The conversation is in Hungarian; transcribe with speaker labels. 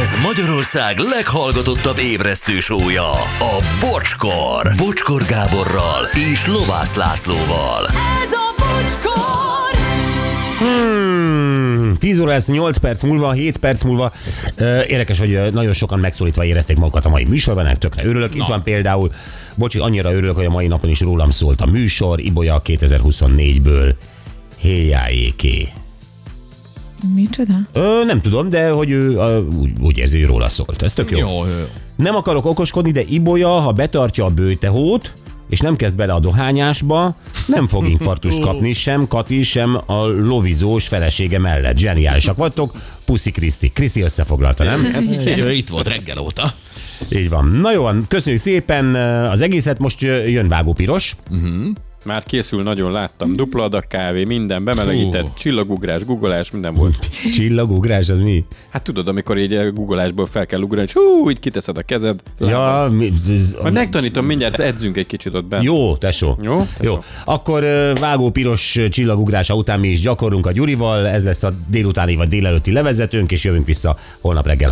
Speaker 1: Ez Magyarország leghallgatottabb ébresztő sója, a Bocskor. Bocskor Gáborral és Lovász Lászlóval.
Speaker 2: Ez a bocskor!
Speaker 3: Hmm, 10 óra lesz, 8 perc múlva, 7 perc múlva. Ö, Érdekes, hogy ö, nagyon sokan megszólítva érezték magukat a mai műsorban, ennek tökre örülök. Itt van például, bocsi, annyira örülök, hogy a mai napon is rólam szólt a műsor, Ibolya 2024-ből. Héjájéké.
Speaker 4: Micsoda?
Speaker 3: Ö, nem tudom, de hogy ő ö, úgy, úgy érzi, hogy róla szólt. Ez tök jó.
Speaker 5: Jó, jó.
Speaker 3: Nem akarok okoskodni, de Ibolya, ha betartja a bőtehót, és nem kezd bele a dohányásba, nem fog infartust kapni sem Kati, sem a lovizós felesége mellett. Zseniálisak vagytok. Puszi Kriszti. Kriszti összefoglalta, nem?
Speaker 5: jó. Hát, Itt volt reggel óta.
Speaker 3: Így van. Na jó, van, köszönjük szépen az egészet. Most jön Vágó Piros.
Speaker 6: Már készül, nagyon láttam. Dupla adag kávé, minden bemelegített,
Speaker 5: Hú.
Speaker 6: csillagugrás, googolás, minden volt.
Speaker 3: Csillagugrás, az mi?
Speaker 6: Hát tudod, amikor így a googolásból fel kell ugrani, és hú, így kiteszed a kezed.
Speaker 3: Ja, mi, ez-
Speaker 6: Majd megtanítom, mindjárt edzünk egy kicsit ott bent.
Speaker 3: Jó, tesó.
Speaker 6: Jó, tesó.
Speaker 3: Jó. Akkor ö, vágó piros ö, csillagugrása után mi is gyakorlunk a Gyurival, ez lesz a délutáni vagy délelőtti levezetőnk, és jövünk vissza holnap reggel